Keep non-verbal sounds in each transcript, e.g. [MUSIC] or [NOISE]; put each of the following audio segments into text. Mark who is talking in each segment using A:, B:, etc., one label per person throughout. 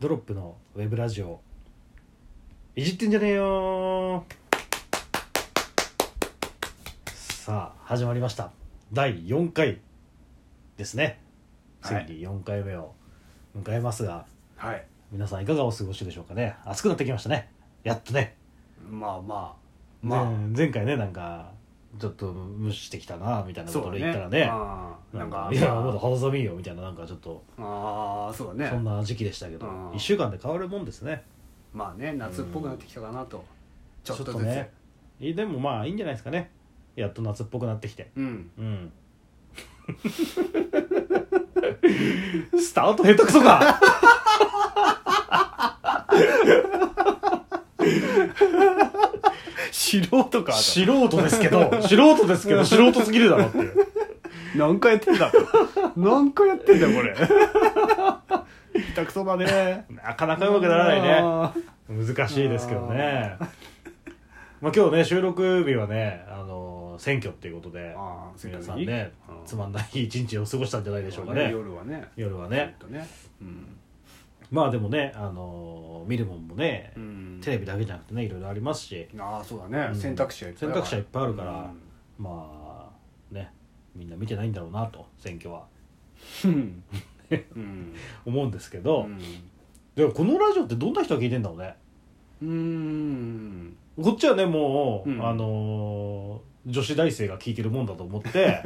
A: ドロップのウェブラジオいじってんじゃねえよさあ始まりました第4回ですねつい
B: はい
A: に4回目を迎えますが、
B: はい
A: 皆さんいかがお過ごしでしょうかね暑くなってきましたねやっとね
B: まあまあ
A: ね
B: まあ、
A: 前回ねなんかちょっと無視してきたなみたいなこ
B: そ
A: と
B: うだ
A: で
B: ね
A: 言ったらね
B: あー
A: な
B: なんん
A: か
B: か
A: いやまだ肌寒いよみたいななんかちょっと
B: ああそうだね
A: そんな時期でしたけど、
B: うん
A: 1週間で変わるもんですね
B: まあね夏っぽくなってきたかなと、ちょっとず
A: ちょっと
B: つ、
A: ねえでもまあいいんじゃないですかねやっと夏っぽくなってきて
B: うん
A: うん [LAUGHS] スタート下手くそか
B: 素人か
A: 素人ですけど素人ですけど素人すぎるだろっていう
B: 何回やってんだ [LAUGHS] 何回やってんだよこれ下手くそだね
A: なかなかうまくならないね
B: あー
A: 難しいですけどねまあ今日ね収録日はねあの選挙っていうことで
B: あー
A: 皆さんね
B: うん
A: つまんない一日を過ごしたんじゃないでしょうか
B: そうだね
A: ね
B: 夜はね
A: 夜はね
B: ちょっとねうん、
A: まあでもね、あのー見るもんもね、
B: うん
A: テレビだけじゃなくてねいろいろありますし、
B: ああそうだね、
A: うん
B: 選択肢はいっぱい
A: 選択肢はいっぱいあるから
B: うん
A: まあねみんな見てないんだろうなと選挙は
B: うんうん
A: [LAUGHS] 思うんですけ
B: う
A: ど、
B: ん
A: でもこのラジオってどんな人が聞いてんだろうね
B: うん
A: こっちはねもう、
B: うん
A: あのー女子大生が聞いてるもんだと思って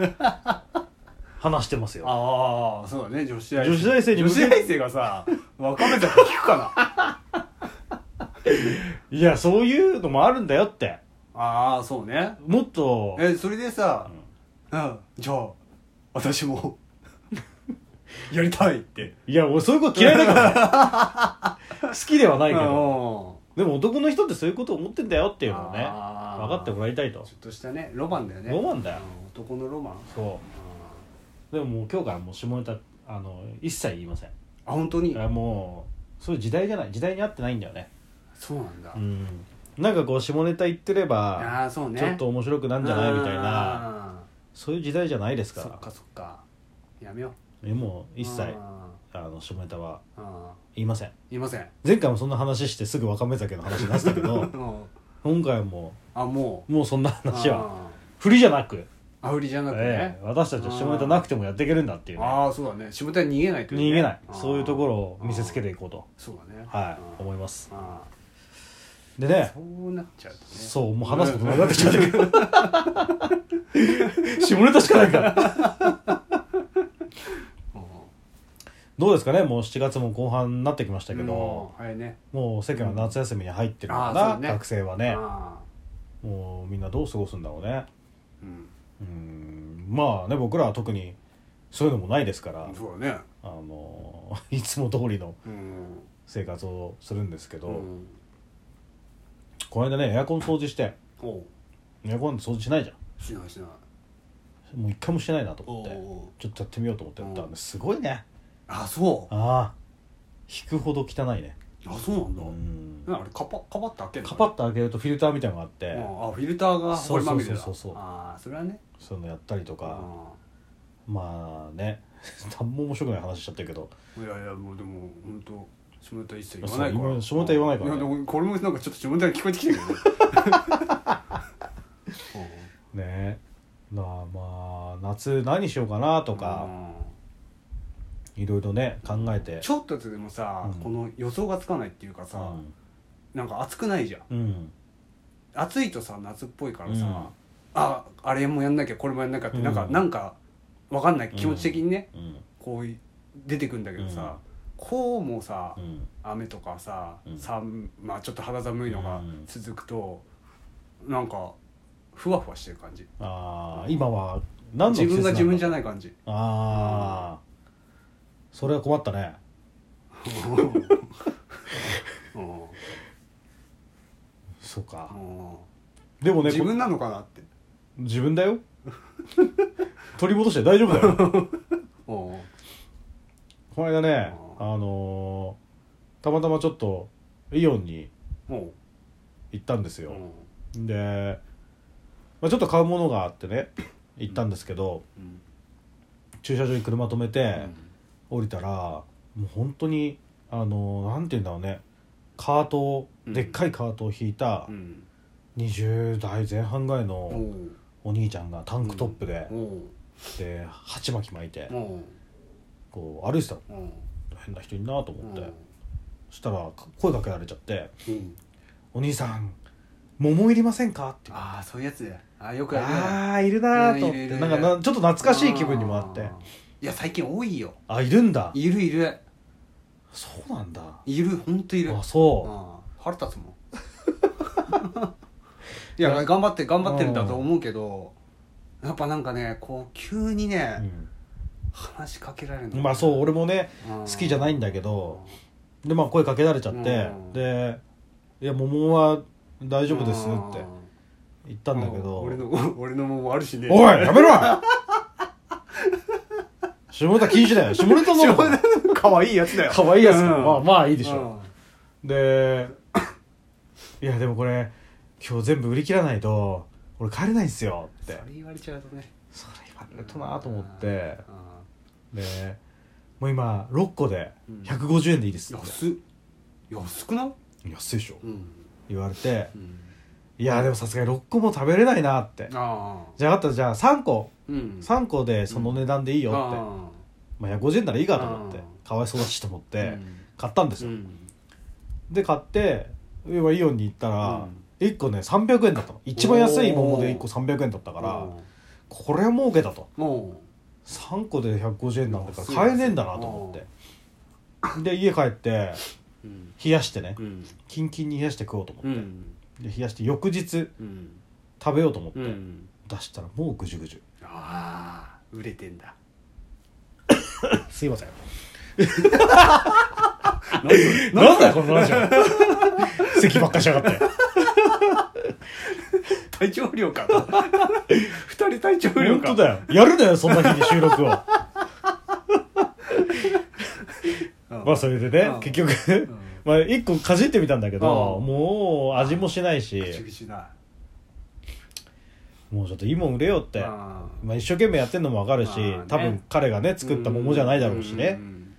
B: [LAUGHS]
A: 話してますよ
B: ああそうだね女子大
A: 女子大生に向
B: 女
A: けて
B: 子大生がさ若めだから聞くかな
A: いやそういうのもあるんだよって
B: ああそうね
A: もっと
B: えそれでさ
A: うん、
B: うん、じゃあ私もやりたいって
A: いや俺そういうこと嫌いだからね
B: [LAUGHS]
A: 好きではないけど
B: ど
A: でも男の人ってそういうこと思ってんだよっていうのをね
B: あー
A: 分かってもらいたいと
B: ちょっとしたねロマンだよね
A: ロマンだよ
B: うん男のロマン
A: そ
B: あ
A: うでももう今日からもう下ネタあの一切言いません
B: ーあ本当に
A: あもうそういう時代じゃない時代に合ってないんだよね
B: そうなんだ、
A: うんなんかこう下ネタ言ってれば
B: ああそうね
A: ちょっと面白くなんじゃないみたいな
B: あ
A: そういう時代じゃないです
B: ー
A: か
B: そっ
A: ら
B: かそっかやめよう
A: えもう一切
B: あ
A: あの下ネタは
B: ーあ
A: 言いません
B: ーいません
A: 前回もそんな話してすぐわかめ酒の話になってたけ
B: [LAUGHS]
A: ど
B: うん
A: 今回はも
B: あも
A: うもうそんな
B: う
A: 話は
B: あ
A: 振りじゃなく、
B: ーあ売りじゃなくて
A: え
B: ね
A: え、私たちは下ネタなくてもやっていけるんだっていうね
B: ああそうだね仕事は逃げないというね
A: 逃げない
B: あー
A: そういうところを見せつけていこうと
B: そうだね
A: はい
B: うん
A: 思います
B: あ
A: で
B: ー
A: ね
B: そうなっちゃうとね
A: そうもう話すことなくなってきたけど [LAUGHS] 下ネタしかないから
B: [LAUGHS] うん
A: どうですかねもう7月も後半になってきましたけど
B: も、うあれね
A: もう世間は夏休みに入ってるか
B: あー
A: ら、
B: そうね
A: 学生はね
B: あ
A: もうみんなどう過ごすんだろうね
B: ーうん
A: うんまあね僕らは特にそういうのもないですから、
B: そうだね
A: あの [LAUGHS] いつも通りの
B: うん
A: 生活をするんですけど、
B: うん
A: この間ねエアコン掃除して
B: おう
A: エアコン掃除しないじゃ
B: しないしない
A: んもう一回もしてないなと思
B: お
A: って
B: う
A: ちょっとやってみようと思ってやったらねすごいね
B: あそう
A: ああ引くほど汚いね
B: あそうなんだ
A: うん
B: なんかあれカパカパって開けるの
A: カパッと開けるとフィルターみたいなのがあって
B: うんあフィルターがホコリまみれだ
A: そうそうそうそう
B: ああそれはね
A: そういうのやったりとか
B: あ
A: まあね [LAUGHS] 何も面白くない話しちゃってるけど
B: ーいやいやもうでも本当下ネタ一切言わ
A: そう
B: ないから
A: 下ネタ言わないからね
B: やでもこれもなんかちょっと下ネタが聞こえて
A: [LAUGHS]
B: きてるよね
A: ねなあまあ夏何しようかな
B: う
A: と
B: ん
A: か
B: うん
A: いろいろね考えて
B: ちょっとでもさ、
A: うん
B: この予想がつかないっていうかさ、なんか暑くないじゃん
A: うんうん
B: 暑いとさ夏っぽいからさ、
A: うん
B: ああれもやんなきゃこれもやんなきゃって、
A: うん
B: なんかなんかわかんない気持ち的にね、
A: うん
B: こうい出てくんだけどさ、こうもさ、
A: うん
B: 雨とかさ、
A: うん
B: 寒まあちょっと肌寒いのが
A: うん
B: 続くと、なんかふわふわしてる感じ
A: ああ今は何の
B: 自分が自分じゃ
A: ない [LAUGHS]
B: ない感じ
A: ああそれは困ったね
B: うんうん
A: そうかでもね
B: 自分なのかなって
A: 自分だよ [LAUGHS] 取り戻して大丈夫だよ
B: うんうん
A: この間ねあ
B: あ
A: のーたまたまちょっとイオンに行ったんですよ、で、まあ、ちょっと買うものがあってね行ったんですけど、
B: うん
A: 駐車場に車止め
B: う
A: て
B: ん
A: 降りたらもう本当にあのなんて言うんだろうねカートをでっかいカートを引いた
B: うん
A: 20代前半ぐらい
B: お
A: の
B: う
A: お兄ちゃんがタンクトップで
B: おう
A: で鉢巻き巻いて
B: おう
A: こう歩いてたの
B: おう
A: 変な人いるなと思って
B: うん
A: そしたら声かけられちゃって
B: うん
A: 「お兄さん桃いりませんか?」って言う
B: ああそういうやつやあーよくあるね
A: あーいるなーと思っ
B: いるいる
A: て
B: い
A: な
B: る
A: んかなちょっと懐かしい気分にもあって
B: ーいや最近多いよ
A: あいるんだ
B: いるいる
A: そうなんだ
B: いるほんといる
A: あそう
B: あー腹立つもん [LAUGHS] いや頑張って頑張ってるんだと思うけどやっぱなんかねこう急にね、話しかけられる
A: うんまあそう俺もね好
B: 好
A: きじゃないんだけどでまあ声かけられちゃって
B: うん
A: で「いや桃は大丈夫です」って言った
B: なん
A: だけど
B: 俺の [LAUGHS] 俺のもあるしね
A: おいや
B: [LAUGHS]
A: めろ下ネタ禁止だよ下ネタ
B: [LAUGHS]
A: なのかな
B: かわいいやつだよ
A: 可愛いやつか
B: うん
A: まあまあいいでし
B: う
A: ょ
B: ん
A: で [COUGHS] いやでもこれ今日全部売り切らないと俺帰れないんすよって
B: それ言われちゃうとね
A: それ言われるとなと思って
B: あ
A: でもう今6個で
B: うん
A: 150円でいいです
B: ー
A: って、
B: 安っ安くない
A: 安いでしょ
B: うん
A: 言われて
B: うん
A: いやでもさすがに6個も食べれないなって
B: ああ
A: じゃああったらじゃあ3個
B: うん
A: 3個でその値段でいいよって、
B: あ
A: まあ、150円ならいいかと思って
B: うん
A: かわいそうだしと思っ
B: ー
A: て買ったんです
B: う
A: よ、
B: ん
A: で買って要はイオンに行ったら
B: うん
A: 1個ね300円だったの一番安い桃で1個300円だったか
B: だ
A: らこれは儲けだと
B: も
A: 3個で150円なんだから
B: そう
A: 買えねえんだなと思ってで家帰って
B: ううん
A: 冷やしてね
B: うん
A: キンキンに冷やして食おうと思
B: う
A: って、
B: ん
A: で冷やして翌日
B: うん
A: 食べようと思って、
B: うん
A: 出したらもうぐじゅぐじゅ
B: ああ売れてんだ
A: すいません
B: な
A: なんだよこのラジオ咳ばっかしやがって
B: 体調不良か二人体調不良
A: 本
B: か
A: 当だよやるなよそんな日に収 [LAUGHS] 録を
B: うん
A: まあそれでね
B: うん
A: 結局
B: うん
A: まあ一個かじってみたんだけど
B: うん
A: もう味もしないし
B: ぐちぐちだ
A: もうちょっといいもん売れよって
B: あー
A: まあ一生懸命やってんのもわかるし、
B: まあね
A: 多分彼がね作った桃じゃないだろうしね
B: ん、ん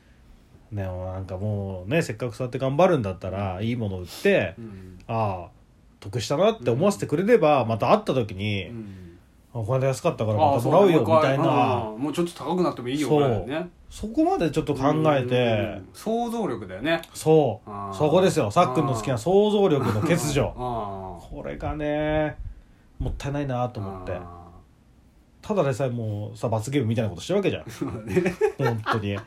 A: でもなんかもうねせっかくそうやって頑張るんだったらいいもの売って、
B: うん
A: ああ得したなって思わせてくれれば、また会った時
B: う
A: に、
B: ん
A: あこれで安かったからま
B: ああ
A: た
B: そ
A: もらうよみ
B: う
A: たいな
B: もう一回うんもうちょっと高くなってもいいよ
A: そう
B: ぐらいだね
A: そこまでちょっと考えて、
B: うん想像力だよね
A: そう
B: あー
A: そこですよさっくんの好きな想像力の欠如
B: あ
A: これがねもったいないなと思って
B: あ
A: ただでさえもうさ罰ゲームみたいなことしてるわけじゃん
B: ーそうだね
A: 本当に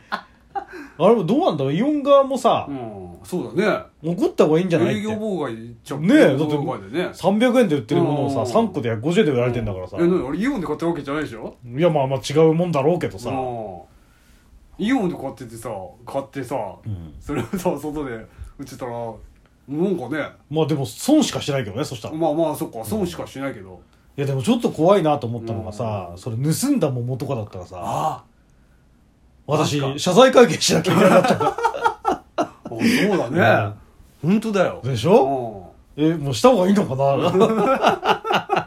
A: あれもどうなんだろうイオン側もさ
B: う、んそうだ
A: 怒った方がいいんじゃな
B: ね
A: い
B: 営
A: っ
B: 業
A: て
B: 妨害じゃん
A: ねえだって
B: 営業妨害だよね
A: 300円で売ってるもの
B: う
A: を
B: ん
A: さ3個で150円で売られてんだからさ、
B: え何あれイオンで買ったわけじゃないでしょ
A: いやまあまあ違うもんだろうけどさ、
B: うんイオンで買っててさ買ってさ
A: うん
B: それをさ外で打ってたらなんかね
A: まあでも損しかしてないけどねそしたらい
B: まあまあそっか損しかしないけど
A: やでもちょっと怖いなと思ったのがさ、それ盗んだ桃とかだったらさ
B: あ
A: 私
B: なんか
A: 謝罪会見しなきゃいけなか
B: [LAUGHS]
A: っ
B: あそうだね本当だよ
A: たでし
B: うん
A: ょえもうした方がいいのかな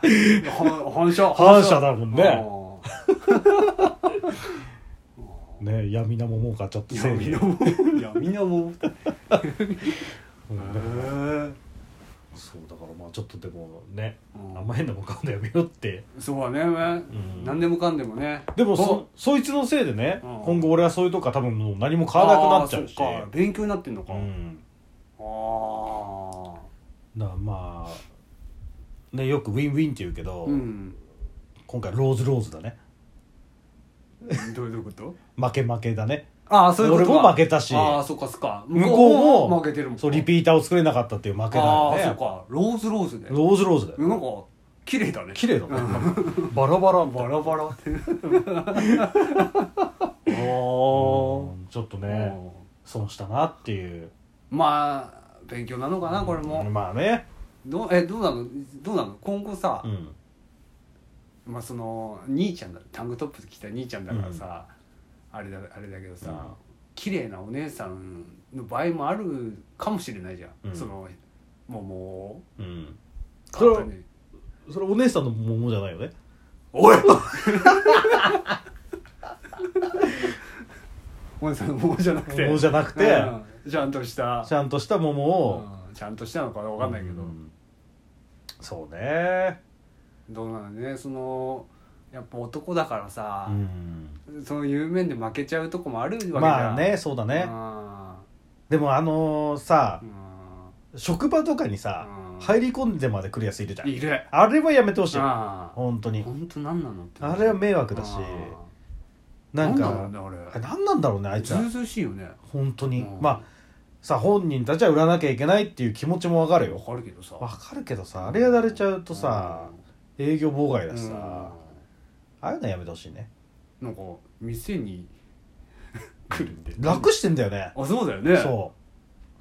B: [LAUGHS] は反射
A: 反射だもんね
B: うん
A: ね闇な桃を買っちゃってせい
B: 闇
A: に
B: のも闇のもへ
A: うん
B: え
A: そうだからまあちょっとでもね
B: うん
A: 甘いのも買うのやめようって
B: そうだね
A: ん
B: 何でもかんでもね
A: でもそそいつのせいでね、
B: うん
A: 今後俺はそういうとこは多分もう何も買わなくなっちゃうし
B: あーそっか勉強になってんのか
A: う
B: あ
A: ん
B: あ
A: だからまあねよくウィンウィンって言うけど、
B: うん
A: 今回ローズローズだね
B: [LAUGHS] どういうこと
A: 負け負けだね
B: ああそういうこと
A: 俺も負けたし
B: ああそっかそっか
A: 向こうも
B: 負けてるもん
A: そうリピーターを作れなかったっていう負けだ
B: あ
A: よ
B: あ
A: ね
B: そうかローズローズで
A: ローズローズだよ
B: なんか綺麗だね
A: 綺麗だね [LAUGHS] バラバラバ
B: バラバ
A: [LAUGHS]
B: ラって
A: ラちょっとね
B: うん
A: 損したなっていう
B: まあ勉強なのかなこれも
A: まあね
B: どうえどうなのどうなの今後さ
A: うん
B: まあその兄ちゃんだタングトップ着た兄ちゃんだからさあれだあれだけど
A: うん
B: さ綺麗なお姉さんの場合もあるかもしれないじゃ
A: うんん
B: そのもうも
A: うん
B: う
A: それは
B: 簡単に
A: それお姉さんの桃じゃないよね
B: おい [LAUGHS] お姉さんのもうじゃなくて
A: 桃じゃなくて
B: うんちゃんとした
A: ちゃんとした桃を
B: うんちゃんとしたのかわかんないけど、
A: うんそうね
B: どうなのねそのやっぱ男だからさ
A: う、ん
B: そういう面で負けちゃうとこもあるわけじゃん
A: まあねそうだねでもあのさ
B: うん
A: 職場とかにさ
B: うん
A: 入り込んでまで来るやついるじゃ
B: うん
A: ん
B: いる
A: あれはやめてほしい
B: ああ
A: 本当に
B: 本当何なのって
A: あれは迷惑だしな
B: なんん
A: か
B: なんだろうね
A: あ何なんだろうねあ
B: あれ
A: いつ
B: ず
A: は
B: うずうしいよね
A: 本当に
B: うん
A: まあさ本人たちは売らなきゃいけないっていう気持ちもわかる
B: わ
A: よ
B: かるけどさ
A: わかるけどさあれやられちゃうとさ営業妨害
B: う
A: だ
B: ん
A: しさああいうのやめてほしいね
B: なんか店に [LAUGHS] 来るんで
A: 楽してんだよね
B: あそうだよね
A: そ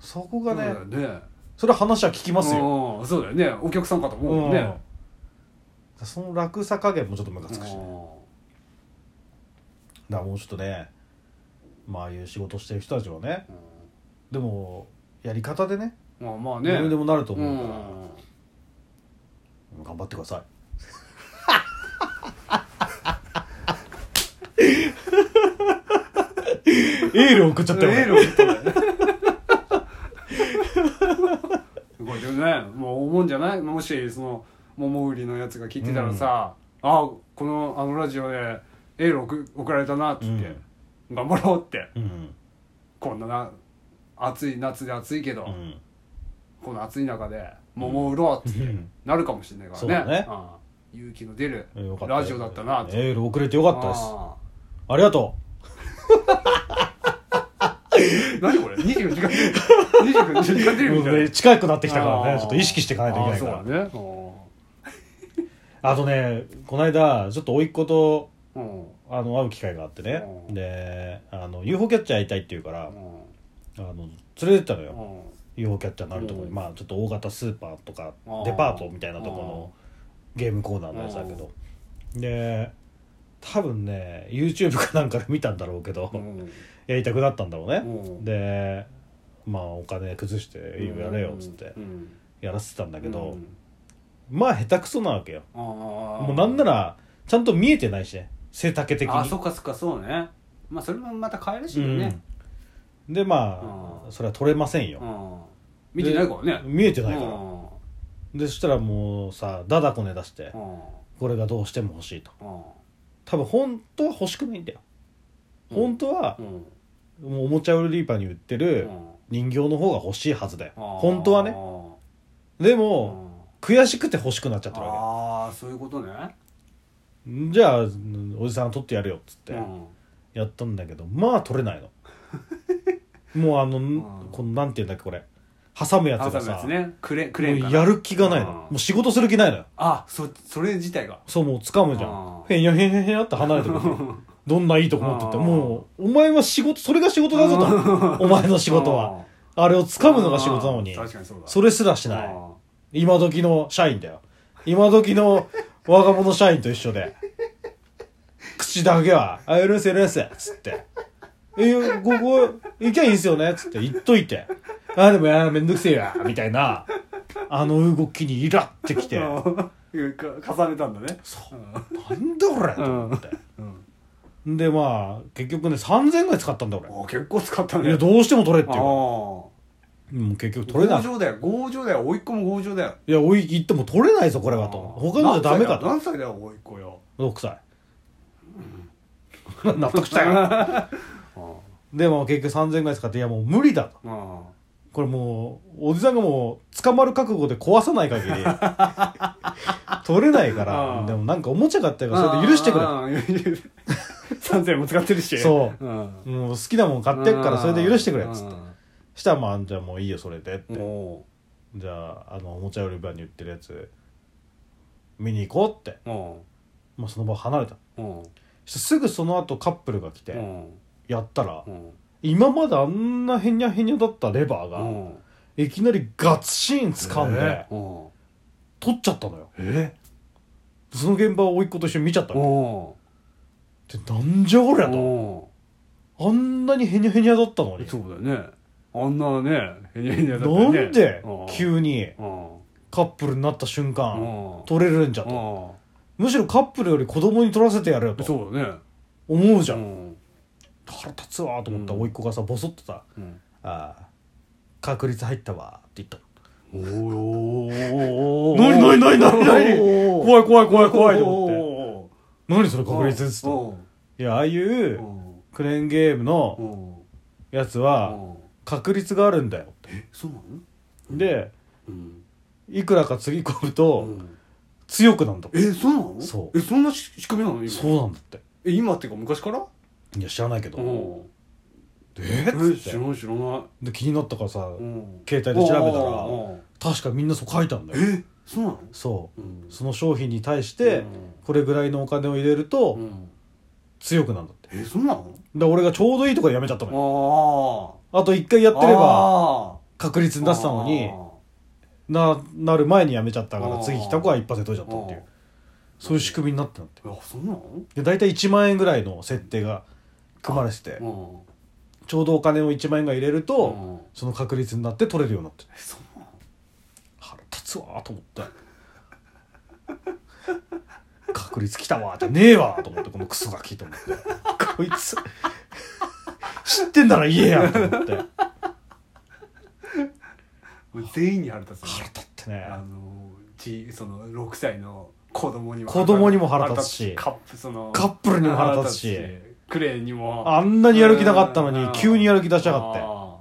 A: うそこ
B: そ
A: が
B: うだ
A: ね
B: よね
A: それ話は聞きますよ
B: うんそうだよねお客さんかと思うもん
A: うん
B: ね
A: その楽さ加減もちょっとムカつくしね
B: う
A: だからもうちょっとねまあああいう仕事してる人たちはねでもやり方でね
B: んまあまあね
A: どうにでもなると
B: う
A: 思うから
B: ん
A: 頑張ってくださいエール送っちゃったよ
B: エールを送ったんだ [LAUGHS] よねこれでもねもう思うんじゃないもしその桃売りのやつが聞いてたらさ「あこのあのラジオでエール送送られたな」っつって、頑張ろう」って
A: うん
B: こんなな暑い夏で暑いけど、
A: うん
B: この暑い中で桃売ろうっつって、
A: うん
B: なるかもしれないからね
A: そうだね
B: うん勇気の出る
A: よかったよ
B: ラジオだったなって
A: エール送れてよかったです
B: あ
A: ありがと
B: ー何これ24時間テレビ24時間テレ
A: う
B: ビみたいな
A: もうね近くなってきたから
B: あ
A: ね
B: ー
A: ちょっと意識していかないといけないから
B: あ
A: あ,、
B: ーそうだねう
A: とねこの間ちょっと甥っ子と
B: んうん
A: あの会う機会があってね
B: うん
A: であの UFO キャッチャーやりたいって言うから
B: う
A: あの連れてったのよ
B: ん
A: UFO キャッチャーになるところに、
B: うん
A: まあちょっと大型スーパーとか
B: あー
A: デパートみたいなとこのゲームコーナーのやつだけどで多分ね YouTube かなんかで見たんだろうけど、
B: うん
A: やりたくなったんだろうね、
B: うん
A: でまあお金崩して
B: うん
A: やれよっつって
B: うん
A: やらせてたんだけど、
B: うん
A: まあ下手くそなわけよ
B: あー
A: もうなんならちゃんと見えてないしね背丈的に
B: あそっかそっかそうねまあそれもまた可愛らしいよね
A: うんでまあ、
B: うん
A: それは取れませんよ、
B: うん見てないからね
A: 見えて
B: う
A: ない
B: ん
A: から、でそしたらもうさだだこね出して
B: うん
A: これがどうしても欲しいと
B: うん
A: 多分本当は欲しくないんだよ
B: うん
A: 本当は
B: うん
A: もうおもちゃ売り場に売って
B: う
A: る
B: ん
A: 人形の方が欲しいはずだよ
B: あー
A: 本当はねでも悔しくて欲しくなっちゃってるわ
B: ああそういうことね
A: けじゃあうんおじさん取ってやるよっつって
B: うん
A: やったんだけどまあ取れない
B: [LAUGHS]
A: のもうあの
B: ん
A: このなんていうんだっけこれ挟むや
B: あ
A: つ
B: そ
A: が
B: う
A: さ
B: やつねクレクレーン
A: も
B: か
A: う
B: な
A: やる気がないの
B: うん
A: もう仕事する気ないのよ
B: あそそれ自体が
A: そうもう掴むじゃ
B: うん
A: んへんやへんやへんやって離れてくるどんないいとこ持ってって
B: うん
A: もうお前は仕事それが仕事だぞとお前の仕事はあれを掴むのが仕事なのに
B: うん確かにそうだ
A: それすらしな
B: う
A: い
B: ん
A: 今時の社員だよ今時の若者社員と一緒で口だけは「あ許せ許せ」っつって「えここ行きゃいいんすよね」っつって言っといて「あでもやめんどくせえや」みたいなあの動きにイラってきて「 [LAUGHS]
B: うんか重ねたんだね
A: そうなんだ俺」と思って
B: うん
A: でまあ結局ね3000円ぐらい使ったんだ俺
B: お結構使った
A: い
B: ね
A: やどうしても取れっていうから
B: あ
A: もう結局
B: あ
A: 取れない
B: 強情だよ強情だよ甥っ子も強情だよ
A: いやおい行っても取れないぞこれはと
B: ああ
A: 他のじゃダメかと
B: 何歳だよ何歳だよ甥っ子よ
A: 6歳 [LAUGHS] 納得したよ
B: あ
A: でも結局3000円ぐらい使っていやもう無理だと
B: ああ
A: これもうおじさんがもう捕まる覚悟で壊さない限り
B: [LAUGHS]
A: 取れないか
B: う
A: ら
B: ん
A: でもなんかおもちゃがあった
B: あ
A: からそれで許してくれ
B: ああ3000円も [LAUGHS] 使ってるし
A: そう
B: うん
A: もう好きなもん買ってっからそれで許してくれっつって
B: て
A: したらまあじゃあもういいよそれでって
B: も
A: じゃああのおもちゃ売り場に売ってるやつ見に行こうって
B: うも
A: まあその場離れた
B: うも
A: そしたらすぐその後カップルが来
B: う
A: て
B: も
A: やったら
B: うも
A: 今まであんなへにゃへにゃだったレバー
B: う
A: が、
B: も
A: いきなりガツシーン
B: う
A: 掴んで、
B: も
A: 取っちゃったのよ
B: うえ
A: その現場を甥っ子と一緒に見ちゃったの
B: も
A: でなんじゃこり
B: う
A: ゃと
B: も
A: あんなにへにゃへにゃだったのに
B: うそうだよねあんなねへにゃへにゃだった
A: な
B: よね
A: んで
B: うん
A: 急に
B: うん
A: カップルになった瞬間
B: うん
A: 取れるんじゃと
B: う
A: むしろカップルより子供に取らせてやれよ
B: ん
A: と
B: そうだね
A: 思うじゃ
B: うんん
A: 腹立つわと思った
B: うん
A: 甥っ子がさボソッとさ
B: うん
A: 「ああ確率入ったわって言った
B: おお
A: 何何何何何
B: い
A: 怖い怖い怖い怖いと思って
B: 思って
A: 何それ確率っつといやああいうクレーンゲームのやつは確率があるんだよって
B: えそうなの
A: で
B: うん
A: いくらかつぎ込むと強くなんだって
B: えそうなの
A: そう
B: えそんなし仕組みなの今
A: そうなんだって
B: え今っていうか昔から
A: いや知らないけど
B: うん
A: え
B: え
A: っつっ
B: 知
A: て
B: らない知らない
A: で気になったからさ
B: うん
A: 携帯で調べたら
B: うん
A: 確かみんなそう書いたんだよ
B: えそうなの
A: そ
B: うん
A: うその商品に対してこれぐらいのお金を入れる
B: う
A: と
B: ん
A: 強くなんだって
B: えそうなの
A: で俺がちょうどいいとこでやめちゃったのよ
B: あ
A: あと一回や
B: あ
A: ってれば
B: ば
A: 確率に出したのにななる前にやめちゃったから
B: あー
A: 次来た子は一発で取れちゃったっていうそういう仕組みになってたって
B: あそうなの
A: で大体1万円ぐらいの設定が組まれてて
B: うん
A: ちょうどお金を1万円が入れると
B: うん
A: その確率になって取れるようになって
B: えそうなの
A: 腹立つわーと思って [LAUGHS] 確率来たわーじゃねえわーと思ってこのクソガキと思ってこいつ知ってんなら言えやと思って
B: 俺全員に腹立つ
A: 腹
B: ね
A: 立ってね
B: あのじその6歳の子供にも
A: 子供にも腹立つし
B: カップその
A: カップルにも腹立つし
B: 腹立クレーンにも
A: あんなにやる気なかったのに急にやる気出しやがって
B: あ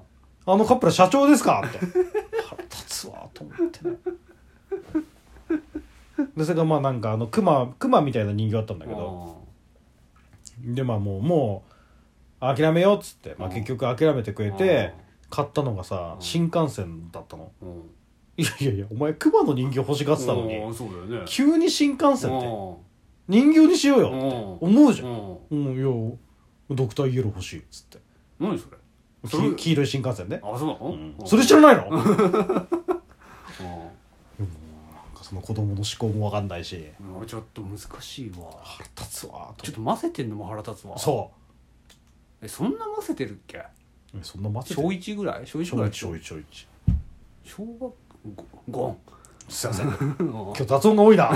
A: あのカップル社長ですかって腹立つわと思ってねでそれがまあなんかあのクマクマみたいな人形あったんだ
B: ー
A: けどでまあもうもう諦めようっつって、まあ、
B: うん
A: 結局諦めてくれて買ったのがさ
B: うん
A: 新幹線だったの
B: うんうん
A: いやいやいやお前クマの人形欲しがってたの
B: う
A: に
B: んそうだよね
A: 急に新幹線って
B: う
A: 人形にしようよって
B: んうん
A: 思うじゃん
B: うん
A: うんいやドクターイエロー欲しいっつって
B: 何それそれ
A: き黄色い新幹線ね
B: あそうなの
A: う
B: うんん
A: それ知らないのもうなん
B: う
A: かその子供の思考もわかんないし
B: んうんちょっと難しいわ
A: 腹立つわ
B: ちょ
A: と
B: っと混ぜてんのも腹立つわ
A: そ
B: えそんな混ぜてるっけ
A: うそんな待って
B: 小一ぐらい小一ぐ
A: 小
B: らい
A: 一小一小一
B: 小学ごごん
A: すいません今
B: うん
A: 日雑音が多い
B: [LAUGHS]
A: なも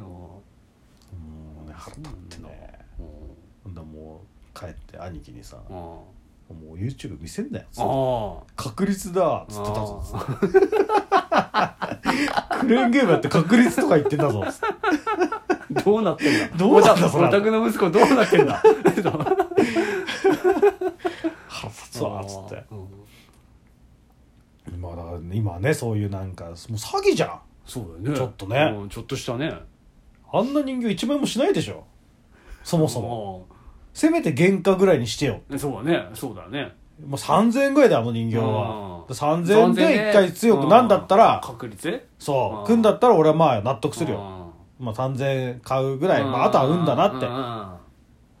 A: うね腹立ってねほんでもう帰って兄貴にさ「
B: うんうん
A: もう YouTube 見せんなよ」つって
B: あ
A: 確率だ」っつってたぞつっ
B: あ
A: てクレーンゲームやって確率とか言ってんだぞ」つって
B: どうなってん
A: [LAUGHS]
B: だ
A: どうなんだ
B: お
A: それ
B: 宅お宅の息子どうなってん
A: 「
B: だ [LAUGHS]
A: 腹立つわ」っつって
B: うん
A: まあだからね今はねそういうなんかもう詐欺じゃん
B: そうだよね
A: ちょっとね
B: うんちょっとしたね
A: あんな人形1万円もしないでしょそもそも
B: も
A: せめて原価ぐらいにしてよ
B: そうだねそうだね
A: もう3000円ぐらいだよあの人形は
B: うん
A: 3000円で1回強くなんだったら
B: 確率
A: そううん組んだったら俺はまあ納得するよ
B: よ
A: まあ3000円買うぐらいまああとは運だなっ
B: な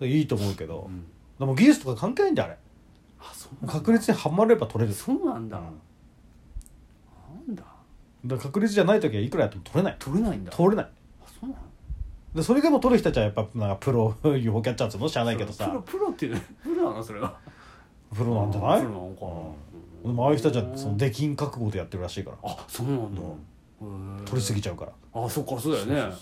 B: って
A: いいと思うけど
B: うん
A: でも技術とか関係ないんだよあれ
B: あそうなんだ
A: 確率にはまれば取れる
B: そうなんだ
A: うん
B: なんだ
A: だから確率じゃない時はいくらやっても取れない
B: 取れないんだ
A: 取れない
B: あそうなんだ
A: でそれでも取る人たちはやっぱなんかプロ [LAUGHS] UFO キャッチャーっつうの知らないけど
B: プ
A: さ
B: ロプロっていうの [LAUGHS] プロなのそれは
A: プロなんじゃない
B: プロなのか
A: でもああいう人たちはその出禁覚悟でやってるらしいから
B: あそうなんだ、へえ
A: 取りすぎちゃうから
B: あそっかそうだよね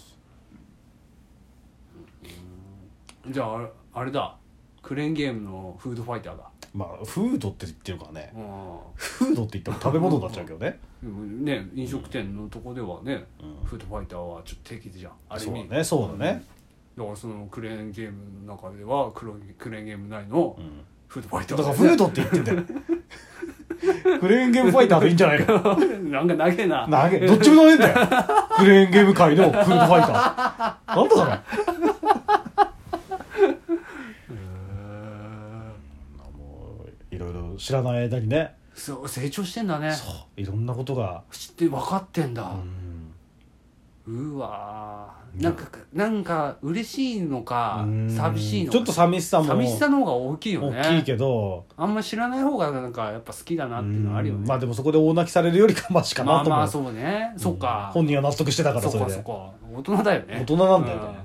B: じゃああれあれだクレーンゲームのフードファイターだ
A: まあフードって言ってるからね
B: う
A: フードって言っても食べ物になっちゃうけどね、
B: んでもね飲食店のとこではね、
A: うん
B: フードファイターはちょっと定期じゃんある
A: そ
B: 意
A: う
B: 味
A: だねそうだね、
B: だからそのクレーンゲームの中ではクロクレーンゲーム内の
A: うん
B: フードファイタ
A: だ
B: ー
A: からフードって言ってんだ [LAUGHS] よクレーンゲームファイターでいいんじゃないの
B: ド [LAUGHS] なんか長えな
A: 投げどっちも投げんだよクレーンゲーム界のフードファイターなんだそれ
B: へえ
A: もういろいろ知らない間にね
B: そう成長してんだね
A: そういろんなことが、
B: 知って分かってんだ、
A: うん、
B: うわ
A: うん
B: ーなんかなんか嬉しいのか寂しいの
A: ち
B: か
A: ょっと寂しさも
B: 寂しさの方が大きいよね
A: 大きいけど、
B: あんま知らない方がなんかやっぱ好きだなっていうのはあるよ
A: う
B: ね
A: んまあでもそこで大泣きされるよりかましか
B: ま
A: な
B: あ
A: と思う、
B: まあそうね、そっか
A: 本人は納得してたから
B: そっ
A: それ
B: か
A: で
B: そっか大人だよね
A: 大人なんだよね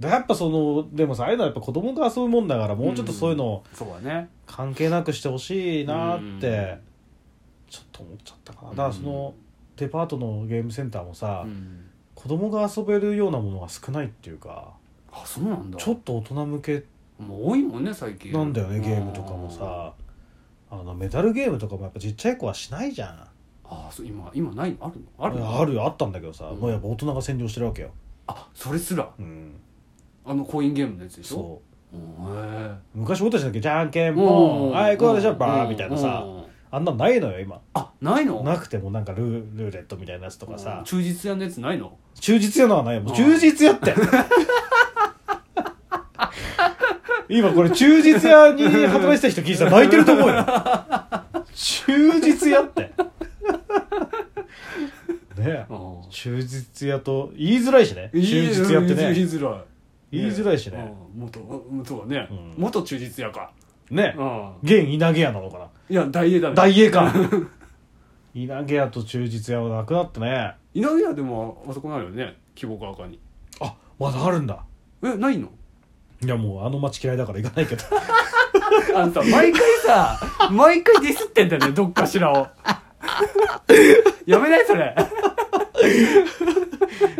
A: でやっぱそのでもさああいうのはやっぱ子供が遊ぶもんだから
B: うん
A: もうちょっとそういうの
B: そうだね
A: 関係なくしてほしいなーって、
B: うん
A: ちょっと思っちゃったかな
B: う
A: だ
B: ん
A: からそのデパートのゲームセンターもさ、
B: うん
A: 子供が遊べるようなものが少ないっていうか
B: あそうなんだ
A: ちょっと大人向け
B: もう多いもんね最近
A: なんだよねゲームとかもさあのメダルゲームとかもやっぱちっちゃい子はしないじゃん
B: ああそう今今ないあるの
A: あ
B: あるの
A: あるよあったんだけどさ、
B: うん
A: もうやっぱ大人が占領してるわけよ
B: あそれすら
A: うん
B: あのコインゲームのやつでしょ
A: そう
B: うへ
A: 昔俺たちだけじゃんけ
B: え
A: んぽんあいこうでしょ
B: ん
A: バーみたいなさ
B: うん
A: あんなのないのよ今
B: あないの
A: なくてもなんかルールーレットみたいなやつとか
B: う
A: さ
B: ん忠実屋のやつないの
A: 忠実やのはないよもう
B: うん
A: 忠実やって [LAUGHS] 今これ忠実屋に発売した人聞いてたら泣いてると思うよ忠実やって [LAUGHS] ねえ
B: うん
A: 忠実屋と言いづらいしね忠実屋って
B: 言い言い
A: ね
B: づらい
A: 言いづらいしね
B: うん元元はね
A: うん
B: 元忠実屋か
A: ね
B: うん
A: 現稲毛屋なのかない
B: や大英だね
A: 大栄か稲毛屋と忠実屋はなくなってね
B: 稲毛屋でもあそこないよね希望か赤に
A: あまだあるんだ
B: えないの
A: いやもうあの街嫌いだから行かないけど
B: [LAUGHS] あんた毎回さ [LAUGHS] 毎回ディスってんだよねどっかし [LAUGHS] らをやめないそれ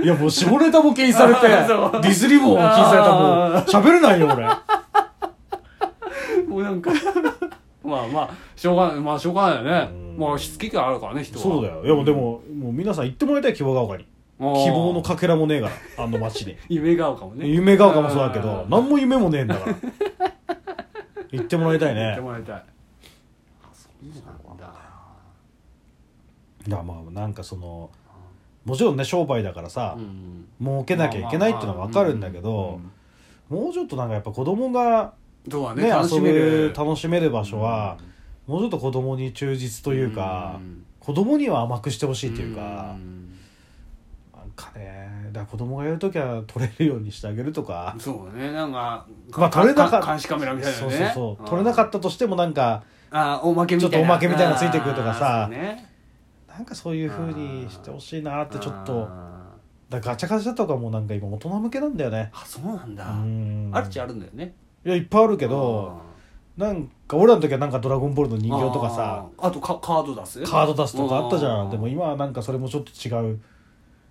A: いやもう下ネタも禁止されて
B: [LAUGHS] そう
A: ディスリボンも禁止されたらもう
B: あ
A: 喋れないよ
B: [LAUGHS]
A: 俺
B: [LAUGHS] もうなんかまあまあしょうがないまあしょうがないよね
A: うん
B: まあ好きがあるからね人は
A: そうだよいやもうでももう皆さん行ってもらいたい希望が丘に希望の
B: か
A: かけらもねえからあの街に
B: 夢が丘も [LAUGHS] ね
A: 夢が丘もそうだけど
B: うん
A: 何も夢もねえんだから
B: [LAUGHS]
A: 行ってもらいたい
B: やっ
A: ね
B: てもらいたいそうなんだ
A: いやまあなんかそのもちろんね商売だからさ、
B: うん
A: 儲けなきゃいけないっていうのは分かるんだけど、
B: うん
A: もうちょっとなんかやっぱ子供が
B: そうだね
A: ね
B: 楽
A: 遊
B: しめ
A: べ
B: る
A: る楽しめる場所は、もうちょっと子供に忠実と
B: と
A: いうか、子供には甘くしてほしいというか、
B: ん
A: なんかねだから子供がやるときは取れるようにしてあげるとか、
B: そうねなんか
A: まあ撮れなかっ
B: 監視カメラみたいな
A: そ
B: ね
A: うそうそう取れなかったとしてもなんか
B: あーおまけみたいな
A: ちょっとおまけみたいなのついてくるとかさ
B: あーそうね
A: なんかそういうふうにしてほしいなってちょっと
B: あ
A: だからガチャガチャとかもなんか今大人向けなんだよね
B: ーあそうなんだ
A: うん
B: あるっちゃあるんだよね
A: いやいっぱいあるけどなんか俺らの時はなんか「ドラゴンボール」の人形とかさ
B: あーあとかカード出す
A: カード出すとかあったじゃ
B: うん
A: でも今はなんかそれもちょっと違う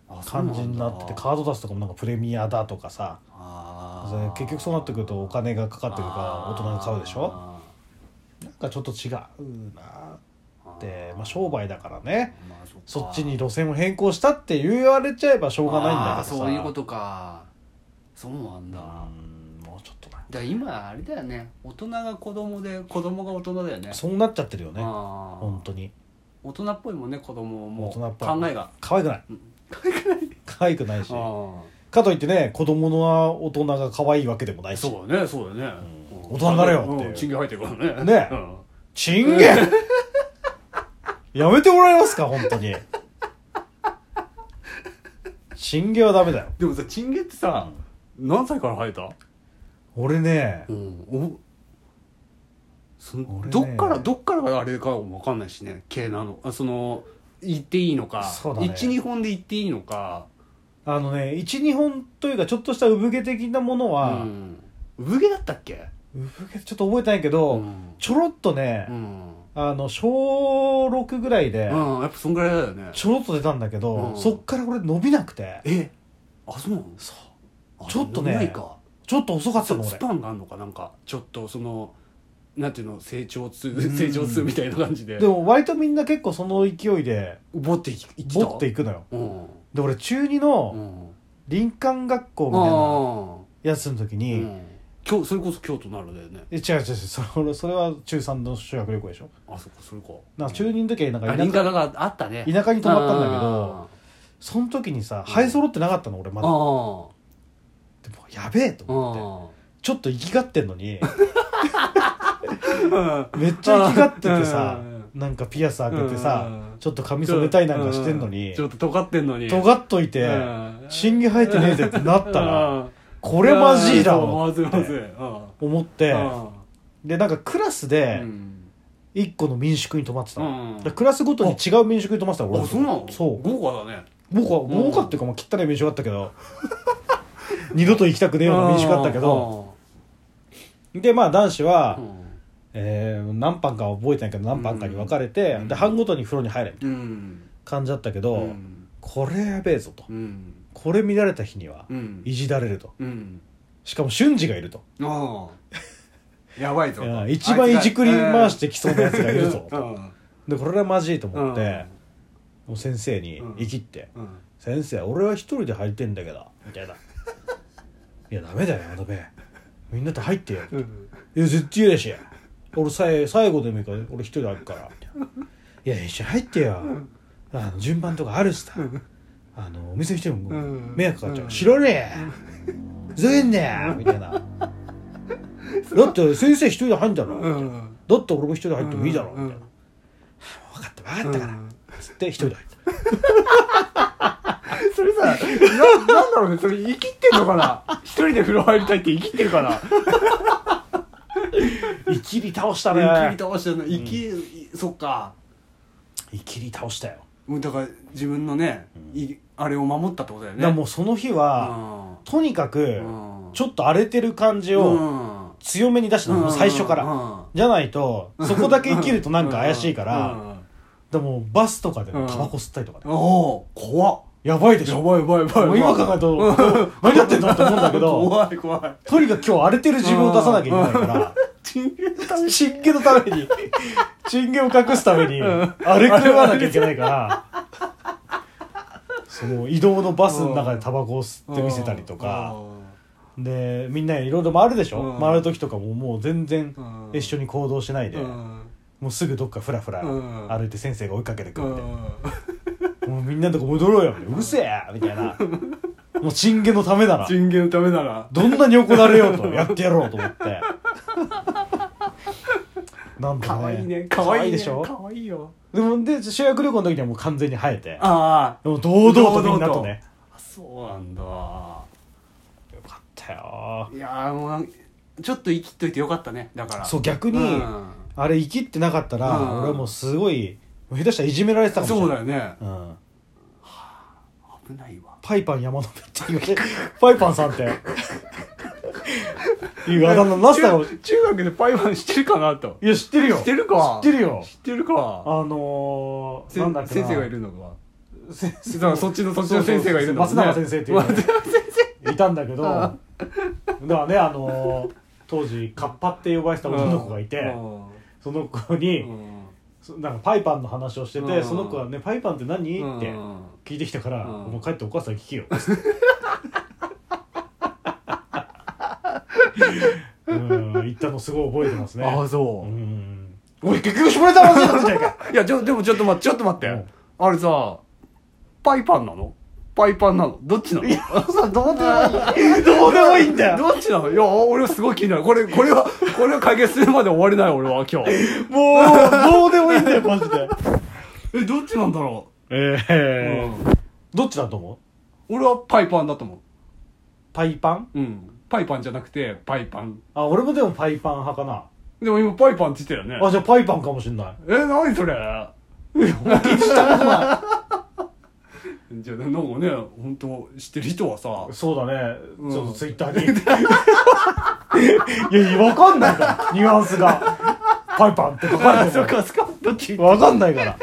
B: あそう
A: 感じになっててカ
B: ー
A: ード出すとかもなんかプレミアだとかさそれ
B: ド
A: 結局そうなってくるとお金がかかってくるから大人が買うでしょ
B: あ
A: なんかちょっと違うな
B: ー
A: ってまあ商売だからね
B: まあそっか
A: そっちに路線を変更したって言われちゃえばしょうがないんだけど
B: あー
A: さ
B: そういうことかそうなんだ、
A: うんもうちょっとな
B: だから今あれだよね大人が子供で子供が大人だよね
A: そうなっちゃってるよね
B: あー
A: 本当に
B: 大人っぽいもんね子供も
A: 大人っぽい
B: 考えが
A: 可愛くない可愛くないし
B: あ
A: かといってね子供の大人が可愛いわけでもな
B: あ
A: いし
B: そうだねそうだね、
A: うん大人になれよっていうん
B: チンゲ入ってるからね
A: ね
B: うん
A: チンゲ
B: [LAUGHS]
A: ンやめてもらえますか本当にチンゲはダメだよ
B: でもさチンゲってさ、何歳から生えた、
A: 俺ね
B: うん、おその
A: 俺ね
B: どっからどっからがあれかも分かんないしね系なのあその言っていいのか、
A: そうだね
B: 12本で言っていいのか
A: あのね12本というかちょっとした産毛的なものは
B: う、ん、産毛だったっけ
A: 産毛ちょっと覚えてないけど、
B: うん
A: ちょろっとね、
B: うん、
A: あの小6ぐらいで
B: うん、やっぱそんぐらいだよね
A: ちょろっと出たんだけど、
B: うん
A: そっから俺伸びなくて
B: えあそうなの
A: そう
B: あ
A: ちょっとね
B: ないか
A: ちょっと遅かったの
B: ス
A: 俺
B: パンがあるのかなんかちょっとそのなんていうの成長痛成長痛みたいな感じで
A: でも割とみんな結構その勢いで
B: ボっていきい
A: 持っていくのよ
B: うん
A: で俺中2
B: う
A: の
B: ん
A: 林間学校みたいな
B: あ
A: やつの時
B: あ、う
A: に、
B: ん、京それこそ京都なるだよね
A: え違う違う違うそれそれは中3の修学旅行でしょ
B: あそっかそれか
A: なんか中2の時はなん
B: あ
A: か
B: 林
A: 田
B: 間
A: 舎
B: があったね
A: 田舎に泊まったんだけど
B: あ
A: その時にさ生え揃ってなかったの俺ま
B: ー
A: だ
B: あ
A: でもやべえと
B: ー
A: 思って
B: あ
A: ちょっと生きがってんのに
B: ーうん
A: めっちゃ生きがっててさ
B: う
A: なんかピアス開けて
B: う
A: さ
B: ん
A: ちょっと髪染めたいなんかしてんの
B: う
A: に
B: ちょっと尖ってんのにっ
A: 尖っといてチンゲ生えてねえぜってなったらこれマジだ
B: うん
A: ろ
B: まずいまずいうん
A: 思って
B: うん
A: でなんかクラス
B: う
A: で
B: ん
A: 1個の民宿に泊まってたの
B: うん
A: でクラスごとに違う民宿に泊まってたの俺
B: あそうなの
A: そう
B: 豪華だね
A: 僕は豪華っていうか、まあ、汚い民宿だったけど二度と行きたくねえような民宿だったけどでまあ男子
B: あ
A: は、
B: ーうん
A: えー何班かは覚えてないけど何班かに分かれて、
B: うん
A: で班ごとに風呂に入れみたい
B: うん
A: な感じだったけど、
B: うん
A: これやべえぞと
B: うん
A: これ見られた日には
B: うん
A: いじられると
B: うん
A: しかも瞬時がいると
B: ああやばいぞ
A: いや一番いじくり回しててきそうなやつがいるぞ
B: う
A: と
B: んうん
A: でこれはまずいと思って、もう先生に
B: うん
A: 生きって
B: うん
A: 「先生俺は一人で入ってんだけど」みたいな「いやダメだよダメみんなと入ってよ」
B: うん
A: いや絶対嫌だし俺さえ最後でもいいから俺一人で歩くから」みたいな「いや一緒に入ってよあの順番とかあるしさあのお店の人に
B: うん
A: も迷惑かかっちゃ
B: う
A: うん知らねえふざけんなよ」みたい
B: [LAUGHS]
A: な「だって先生一人で入んだろ」みたいな
B: うん
A: だって俺も一人で入ってもいいだろ」みたいな
B: うん
A: 「分かった分かったから」つって一人で入った
B: [LAUGHS] それさななんだろうねそれ生きってんのか [LAUGHS] な一人で風呂入りたいって生きってるかな
A: 生きり倒した
B: 生
A: ね
B: き倒してるの生き、いそっか
A: 生きり倒したよ
B: もうだから自分のね、いあれを守ったってことだよ
A: だ
B: ね
A: からもうその日は
B: う
A: とにかく
B: んうん
A: ちょっと荒れてる感じ
B: う
A: を
B: ん
A: 強めに出したのもう最初から
B: うん
A: じゃないとそこだけ生きるとなんか怪しいか
B: うん
A: ら
B: うん
A: でもバスとかで
B: う
A: も
B: ん
A: タバコ吸ったりとかね
B: おお怖っ
A: やばいでし
B: や
A: ょ
B: ばいやばいやばい
A: もう今考える
B: うん
A: と何やってんだと思うんだけど
B: 怖い怖い
A: とにかく今日荒れてる自分を出さなきゃいけないか
B: チンゲン食
A: らチンゲのためにチンゲを隠すために荒れ狂わなきゃいけない
B: [LAUGHS]
A: からその移動のバスの中でタバコを吸って見せたりとかでみんなにいろいろ回るでしょ
B: うん
A: 回る時とかももう全然
B: うん
A: 一緒に行動しないで
B: うん
A: もうすぐどっかフラフラ
B: うん
A: 歩いて先生が追いかけてく
B: う
A: るみたいなんもうみんなのとこ戻ろうよみたいなうるせえみたい
B: [LAUGHS]
A: なもうチンゲのためなら
B: チンゲンのためなら
A: どんなに怒られようと [LAUGHS] やってやろうと思って
B: [LAUGHS]
A: なん
B: 可
A: か
B: 愛いね
A: ね
B: 可愛いね
A: でしょ
B: 可愛いよ
A: でもで修学旅行の時にはもう完全に生えて
B: ああ
A: でも堂々とみんなとね
B: あそうなんだ
A: よかったよ
B: いやーもうちょっと生きっといてよかったねだから
A: そうう逆に、
B: ん
A: あれ生きってなかったら、
B: うん
A: 俺はもうすごいもう下手したらいじめられてたかもしれ
B: そう
A: ない
B: だよね
A: うん
B: 危ないわ
A: パイパン山野辺って言われてパイパンさんって
B: [LAUGHS]
A: いうあだ名なしたの
B: 中中学でパイパンしてるかなと
A: いや知ってるよ
B: 知ってるか
A: 知ってるよ
B: 知ってるか
A: あのー、
B: せ
A: なんだっけな
B: 先生がいるのか
A: 先生
B: だからそっちのそっちの先生がいるの
A: そうそうそう松永先生っていうのが
B: 松
A: いたんだけどだからねあのー当時カッパって呼ばれてた女の子がいて、
B: う
A: その子に、
B: ん
A: そなんかパイパンの話をしてて、
B: うん
A: その子はね「パイパンって何?」
B: うん
A: って聞いてきたから「
B: うん
A: もう帰ってお母さんに聞けよ」
B: [LAUGHS]
A: うん言ったのすごい覚えてますね
B: ああ
A: う
B: そうん
A: おい結局絞れた話だったじゃ [LAUGHS] ないか
B: いやちょでもちょっと待ってちょっと待っ
A: う
B: て
A: ん
B: あれさパイパンなのパイパンなのどっちなの
A: さどうでもいい [LAUGHS] どうでもいいんだよ
B: [LAUGHS] どっちなのいや俺はすごい気になるこれこれはこれは解決するまで終われない俺は今
A: [LAUGHS]
B: 日
A: もうどうでもいいんだよマジで
B: えどっちなんだろ
A: [LAUGHS] え
B: う、
A: え
B: うん
A: どっちだと思う
B: 俺はパイパンだと思
A: パイパン
B: ううんパイパンじゃなくてパイパン
A: あ俺もでもパイパン派かな
B: でも今パイパンって言ってたよね
A: あじゃあパイパンかもしんない
B: え何それ [LAUGHS] じゃあなんかね本当知ってる人はさ
A: そうだね、
B: うん
A: ちょっとツイッターに [LAUGHS] いやいやわかんないからニュアンスがパイパンって書かれてるか
B: かそっかどっち
A: らわかんないから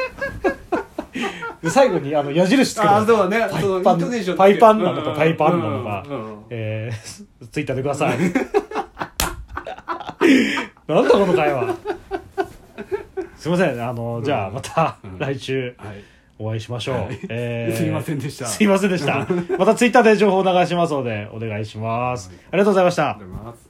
A: で最後にあの矢印つけて
B: あそうだね
A: パイ
B: そう
A: パン
B: イントネーション
A: パイパンなのかパイパンなの
B: うんうんうん
A: かえー、ツイッターでください [LAUGHS] なんだこの会話すいませんあのじゃあまた来週、
B: はい
A: お会いしましょう。え
B: すいませんでした
A: すいませんでした。またツイッターで情報を流しますので、お願いします。ありがとうございました
B: ありがとう。ございます